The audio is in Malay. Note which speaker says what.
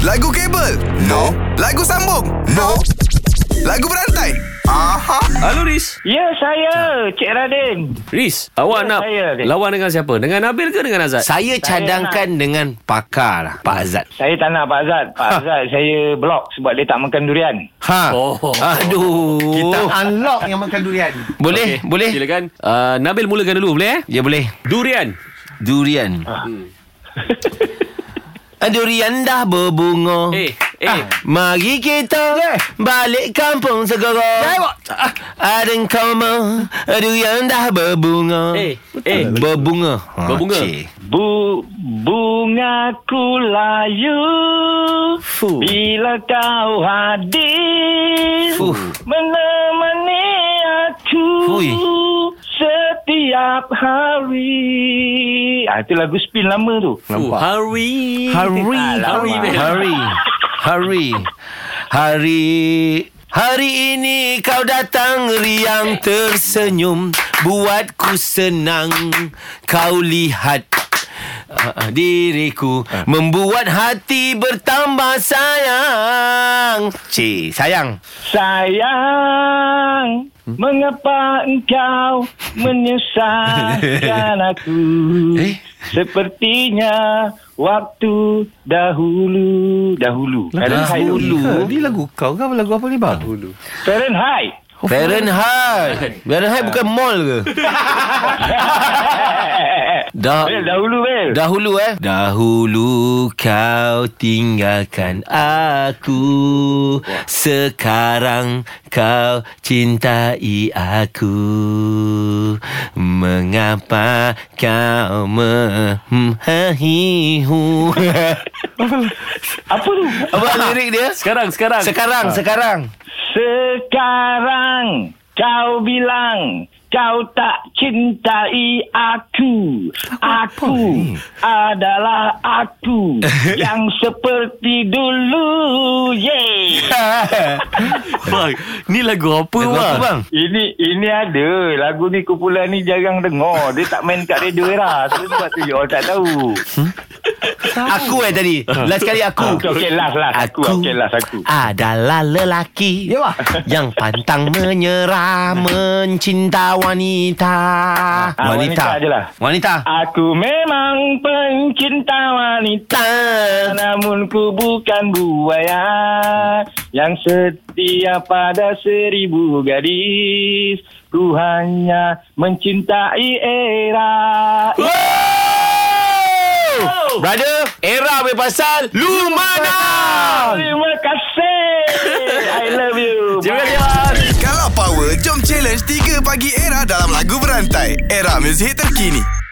Speaker 1: Lagu kabel? No. Lagu sambung? No. Lagu berantai? Aha.
Speaker 2: Halo Riz
Speaker 3: Ya, saya. Cik Radin.
Speaker 2: Riz Awak
Speaker 3: Ya,
Speaker 2: nak
Speaker 3: saya, Riz.
Speaker 2: lawan dengan siapa? Dengan Nabil ke dengan Azad?
Speaker 4: Saya cadangkan dengan pakar lah, Pak Azad.
Speaker 3: Saya tak nak Pak Azad. Pak
Speaker 4: Ha.
Speaker 3: Azad saya blok sebab dia tak makan durian.
Speaker 4: Ha.
Speaker 2: Oh.
Speaker 4: Aduh.
Speaker 5: Kita unlock yang makan durian
Speaker 4: Boleh,
Speaker 2: Okey,
Speaker 4: boleh.
Speaker 2: Silakan uh, Nabil mulakan dulu boleh eh?
Speaker 4: Ya boleh.
Speaker 2: Durian
Speaker 4: Durian.
Speaker 2: Ha.
Speaker 4: Ah, Durian dah berbunga.
Speaker 2: Eh, eh.
Speaker 4: mari kita
Speaker 5: Yeah.
Speaker 4: balik kampung segera.
Speaker 2: Eh, awak-
Speaker 4: Ada kau mau durian dah berbunga.
Speaker 2: Eh, eh.
Speaker 4: Berbunga. Ha,
Speaker 2: Berbunga.
Speaker 4: cik.
Speaker 3: Bu, bunga ku layu
Speaker 4: Fuh.
Speaker 3: Bila kau hadir
Speaker 4: Fuh.
Speaker 3: Menemani aku
Speaker 4: Fui.
Speaker 3: Setiap hari ah, Itu lagu spin lama tu
Speaker 2: Oh, Hari
Speaker 4: Hari.
Speaker 2: Hari
Speaker 4: Hari. Hari. Hari. Hari ini kau datang riang tersenyum Buatku senang Kau lihat uh, diriku Membuat hati bertambah sayang Cik, sayang
Speaker 3: Sayang
Speaker 4: Hmm?
Speaker 3: Mengapa engkau menyusahkan aku
Speaker 4: Eh?
Speaker 3: Sepertinya waktu dahulu Dahulu Fahrenheit tu.
Speaker 4: Lah, Dahulu.
Speaker 5: Ni lagu kau ke lagu apa ni bang? Dulu
Speaker 3: Fahrenheit
Speaker 4: Fahrenheit Fahrenheit bukan mall ke? Dah
Speaker 3: Bel dahulu Bel
Speaker 4: Dahulu eh Dahulu kau tinggalkan aku Sekarang kau cintai aku Mengapa kau memhahihu
Speaker 3: Apa tu?
Speaker 4: Apa lirik dia?
Speaker 2: Sekarang sekarang
Speaker 4: Sekarang, sekarang
Speaker 3: Sekarang kau bilang kau tak cintai aku. Aku adalah aku yang seperti dulu. Yeay.
Speaker 2: Bang, Ni lagu apa
Speaker 4: Lagu apa bang?
Speaker 3: Ini ini ada lagu ni kumpulan ni jarang dengar. Dia tak main kat radio era. So, Sebab tu orang tak tahu.
Speaker 4: Aku eh tadi Last kali aku
Speaker 3: Okey Ah, okay, last last aku. aku. Okey last aku.
Speaker 4: adalah lelaki
Speaker 5: Ya, Wah.
Speaker 4: yang pantang menyerah mencinta wanita.
Speaker 3: Ah, wanita je lah.
Speaker 4: Wanita.
Speaker 3: Aku memang pencinta wanita.
Speaker 4: Ta.
Speaker 3: Ah. Namun ku bukan buaya Yang setia pada seribu gadis Ku hanya mencintai era
Speaker 4: Wow! Brother, era berpasal Lumana.
Speaker 3: Terima kasih I love you
Speaker 2: Terima kasih
Speaker 3: Bye.
Speaker 2: bang
Speaker 1: Kalau power, jom challenge 3 pagi era dalam lagu berantai. Era muzik terkini.